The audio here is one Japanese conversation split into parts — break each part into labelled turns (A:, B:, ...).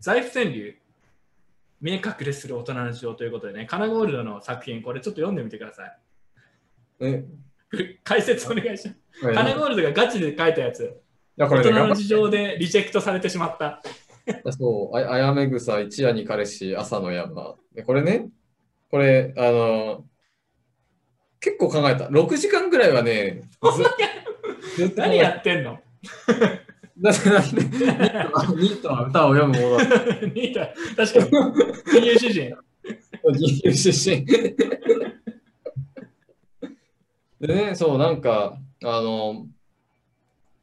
A: 財布川柳、明確でする大人の事情ということでね、カナゴールドの作品、これちょっと読んでみてください。
B: え、
A: 解説お願いします。
B: これ
A: カ
B: ね
A: ナ
B: い
A: ゴールドがガチで書いたやつ、
B: や、こ
A: 大
B: れね、
A: 人
B: 頑張
A: の
B: っ
A: 事情でリジェクトされてしまった。
B: た。そう、ああやめ草、一夜に彼氏、朝の山。でこれね、これ、あの、結構考えた。6時間ぐらいはね、ずずっ と考えた
A: 何やってんの
B: だってなんで、ニートはニートは歌を読むものだと。
A: ニータ、確かに。金融主人。
B: 自由出身。でね、そう、なんか、あの、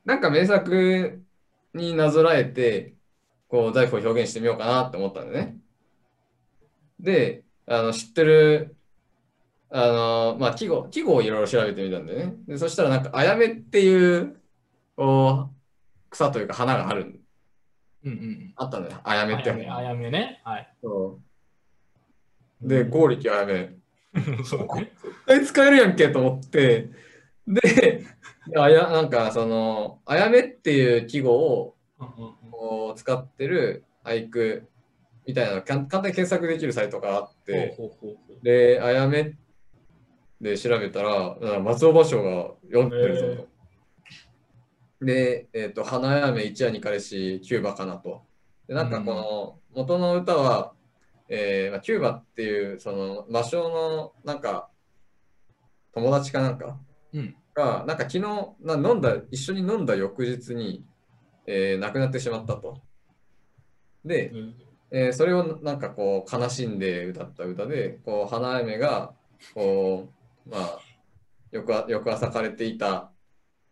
B: なんか名作になぞらえて、こう、財布を表現してみようかなって思ったんだよね。で、あの、知ってる、あの、まあ、季語、季語をいろいろ調べてみたんだよね。で、そしたら、なんか、あやめっていう、こう、草というか花がある、
A: うんうん
B: あったんだよ。あ
A: う
B: や
A: ん。
B: め
A: あ
B: って
A: や
B: 花
A: め、あやめね。はい。
B: そうで、剛力あやめ。
A: そうね。
B: 絶対使えるやんけと思って、で、であやなんかその、あやめっていう季語を
A: うんうんうん
B: こう使ってる俳句みたいなの、かん簡単に検索できるサイトがあって、
A: ほうほうほうほ
B: で、あやめで調べたら、あ松尾芭蕉が読んでるぞと。で、えっ、と、花嫁一夜に彼氏、キューバかなと。で、なんかこの、元の歌は、えーまあ、キューバっていう、その、芭蕉の、なんか、友達かなんか、
A: うん
B: が、なんか昨日な、飲んだ、一緒に飲んだ翌日に、えー亡くなってしまったと。で、
A: ううん
B: えーそれをななんかこう悲しんで歌った歌でこう花嫁がこう、まあ、翌あ翌朝枯れていた、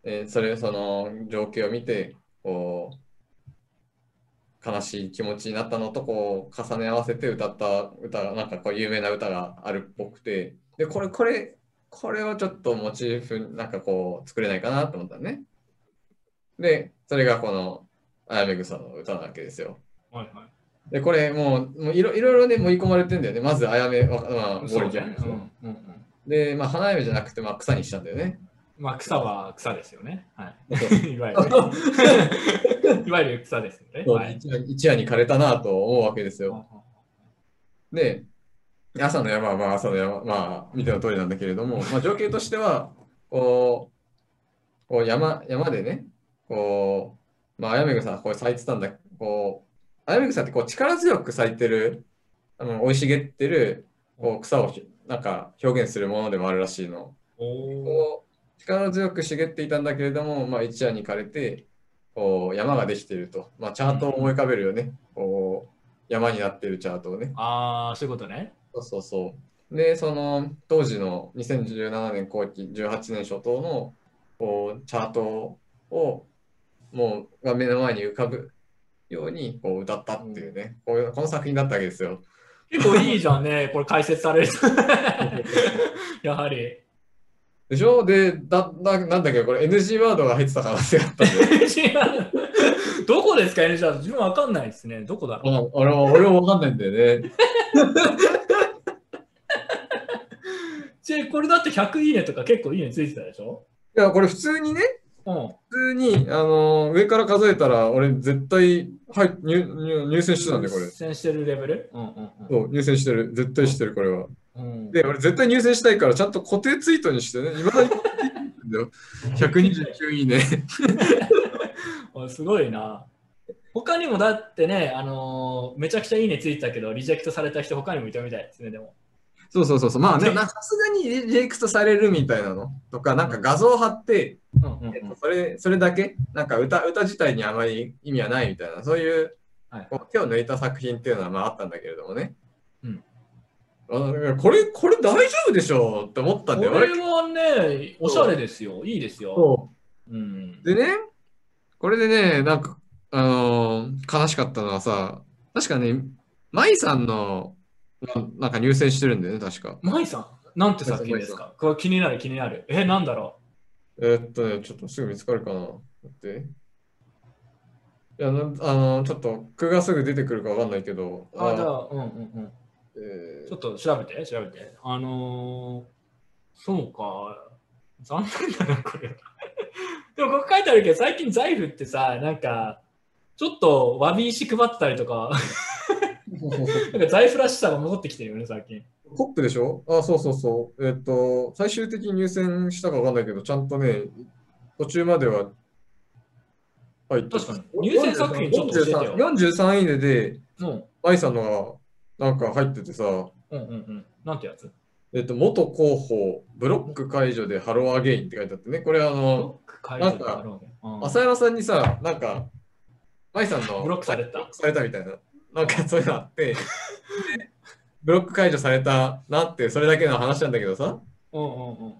B: えーそれその情景を見てこう悲しい気持ちになったのとこう重ね合わせて歌った歌がなんかこう有名な歌があるっぽくてでこれこれこれをちょっとモチーフになんかこう作れないかなと思ったのね。でそれがこの「あやめ草」の歌なわけですよ。
A: はいは
B: で、これもう、もういろいろいろね、盛り込まれてんだよね。まず、あやめ、わまあ、
A: い。
B: ゴリ
A: じ
B: じ
A: ゃ
B: ゃ
A: ん
B: ん。
A: うんうんうん。
B: で、まあ、花嫁じゃなくて、まあ、草にしたんだよね。
A: まあ、草は草ですよね。 はい。いわゆ
B: そう
A: る、いわゆる草ですよね。はい。
B: 一夜一夜に枯れたなと思うわけです
A: うんう
B: よ。
A: ん
B: で、朝の山は、まあ、朝の山、まあ、見ての通りなんだけれども、まあ、情景としては、こう、こう山、山でね、こう、まあ、あやめ草、これ咲いてたんだ、こう、あやめ草ってこう力強く咲いてる、あの生い茂ってる、こう草をひなんか表現するものでもあるらしいの。
A: おー
B: こう力強く茂っていたんだけれども、まあ、一夜に枯れてこう山ができていると、まあ、チャートを思い浮かべるよね、こう山になっているチャートをね
A: ああ、そういうことね。
B: そうそうそうでその当時の2017年後期18年初頭のこうチャートをもうが目の前に浮かぶようにこう歌ったっていうね、こういうこの作品だったわけですよ。
A: 結 構いいじゃんね、これ解説されると。 やはり。
B: でしょでだだなんだっけこれ NG ワードが入ってた可能性があったんだよ
A: どこですか、NG だと自分わかんないですね。どこだろう。
B: あ俺も俺も分かんないんだよね。
A: じゃこれだって100いいねとか結構いいねついてたでしょ
B: いや、これ普通にね、
A: うん。
B: 普通に、あのー上から数えたら、俺絶対、はい、入入入選してたんで、これ。
A: 出演してるレベルうんうんうん。
B: そう、入選してる。絶対してる、これは。
A: うん
B: で、俺絶対入選したいから、ちゃんと固定ツイートにしてね、いまだに固定ツイートにしてん だよ。129いいね。
A: あすごいな。他にもだってね、あのーめちゃくちゃいいねついてたけど、リジェクトされた人他にもいたみたいですね、でも。
B: そうそうそうそう。まあね、
A: ね
B: なさすがにリジェクトされるみたいなのとか、なんか画像貼って、
A: うんうんうん
B: えっとそれそれだけ、なんか歌歌自体にあまり意味はないみたいな、そういう
A: はい
B: こう手を抜いた作品っていうのはまああったんだけれどもね。
A: うん
B: あだからこれ、これ大丈夫でしょうって思ったん
A: こ
B: だ
A: れ
B: よ。俺
A: はね、おしゃれですよ。いいですよ。
B: そ
A: うん
B: う。でね、これでね、なんか、あのー悲しかったのはさ、確かね、舞さんの、ななんか入選してるんだよね、確か。
A: マイさん、なんて作品ですかこれ気になる気になる。え、なんだろ
B: えーっとね、ちょっとすぐ見つかるかな。待って。いや、なあのーちょっと、句がすぐ出てくるかわかんないけど、
A: うあ、じゃあ、うんうんうん。
B: えー
A: ちょっと調べて、調べて。あのー、そうか。残 念だな、これ。でも、ここ書いてあるけど、最近財布ってさ、なんか、ちょっとわび石配ってたりとか、なんか財布らしさが戻ってきてるよね、最近。
B: トップでしょあ、そうそうそう。えっと、最終的に入選したかわかんないけど、ちゃんとね、途中までは入ってた
A: 確かに入選作品ちょっと教えてよ
B: 43位でで、
A: うん。
B: 愛さんのがなんか入っててさ、
A: うんうんうん。なんてやつ
B: えっと、元広報、ブロック解除でハローアゲインって書いてあってね、これあの、
A: ロック解除ってあるわけうん
B: 浅山さんにさ、なんか、舞さんの
A: ブロックされた
B: ブロックされたみたいな、なんかそういうのあって、でブロック解除されたなって、それだけの話なんだけどさ、
A: うんうんうんうん。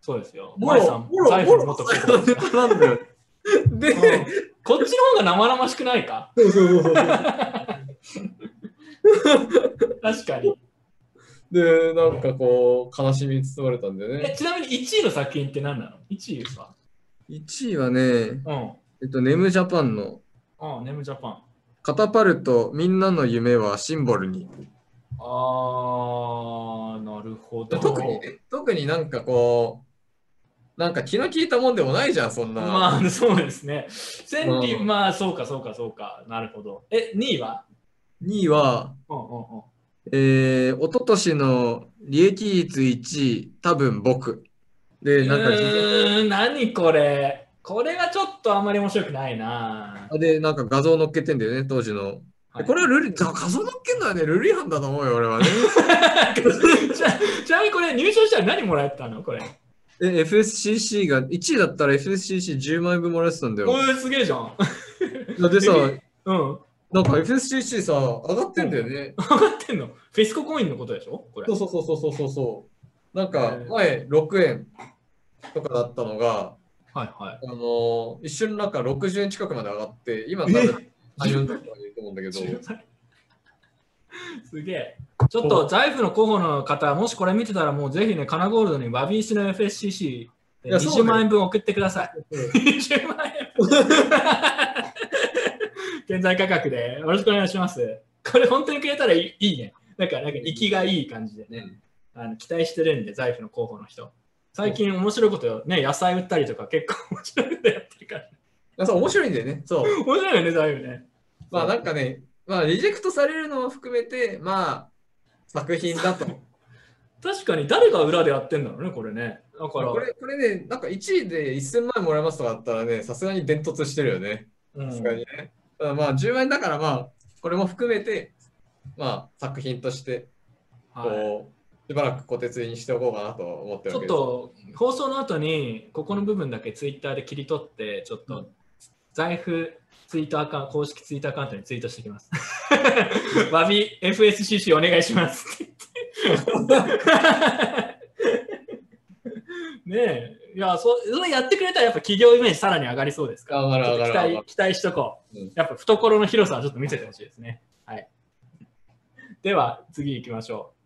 A: そうですよ。
B: も
A: 前さん、財布元広 報。
B: ネタなんだよ。で、
A: うんこっちの方が生々しくないか
B: そうそうそうそう
A: 確かに。
B: で、なんかこう、悲しみに包まれたんだよ
A: え
B: ね。
A: ちなみに1位の作品って何なの ?1 位さ。
B: 1位はね、
A: うん。
B: えっと、ネムジャパンの、
A: ああ、ネムジャパン。
B: カタパルト、みんなの夢はシンボルに。
A: あー、なるほど。
B: 特にね、特になんかこう、なんか気の利いたもんでもないじゃん、そんな。
A: まあ、そうですね。千里、
B: うん
A: まあ、そうか、そうか、そうか。なるほど。え、2位は
B: 2位は、
A: うんうんうん。
B: えー、おととしの利益率1位、多分僕。で、なんか
A: う
B: 自分、
A: ーん、何これ。これはちょっとあんまり面白くないな。
B: で、なんか画像載っけてんだよね、当時の。
A: はい
B: これはルール、画像載っけんのはね、ルール違反だと思うよ、俺はね。
A: ちなちなみにこれ、入賞したら何もらえたのこれ。
B: え、FSCC が、1位だったら FSCC10 万円分もらえてたんだ
A: お
B: よ。
A: ー、すげえじゃん。
B: でさ、
A: うん。上
B: なんか FSCC さ、上がってんだよね。
A: がってんの。フェスココインのことでしょこれ
B: そう。そうそうそうそうそう。なんか
A: え、ー
B: 前、6円とかだったのが、
A: はいは
B: あのー一瞬なんか60円近くまで上がって、今多分、80円とかいると思うんだけど。
A: い。すげえ。ちょっと、財布の候補の方、もしこれ見てたら、もうぜひね、カナゴールドにバビーシの FSCC、え
B: いやそ
A: 20
B: うだよ
A: 万円分送ってください。20万円分現在価格でよろしくお願いします。これ本当にくれたらいいいいね。なんか、なんか、息がいい感じでね。
B: ね
A: あの期待してるんで、財布の候補の人。最近面白いこと、ね、野菜売ったりとか結構面白いことやってるから。
B: あそう面白いんだよね。そう。
A: 面白いよね、財布ね。
B: まあなんかね、まあリジェクトされるのも含めて、まあ作品だと。
A: 確かに誰が裏でやってんだろうね、これね。だから、
B: これこれね、なんか1位で1000万円もらえますとかだったらね、さすがに伝突してるよね。
A: う
B: さ
A: ん
B: すがにね。ただまあ10万円だからまあ、これも含めて、まあ作品として、こう、
A: はい
B: しばらく小鉄にしておこうかなと思って
A: ち
B: るわ
A: ょ
B: け
A: っ
B: です。
A: と放送の後に、ここの部分だけツイッターで切り取って、ちょっ
B: う
A: と財布ツイートアカウント、公式ツイッターアカウントにツイートしてきます。 わび FSCC お願いします って言って。ねえ、いやそ、それやってくれたら、やっぱ企業イメージさらに上がりそうですから
B: 上がる上がる
A: ちょっと
B: 上
A: 期
B: がる
A: 待期待しとこう、
B: うん
A: やっぱ懐の広さはちょっと見せてほしいですね。はい。では、次行きましょう。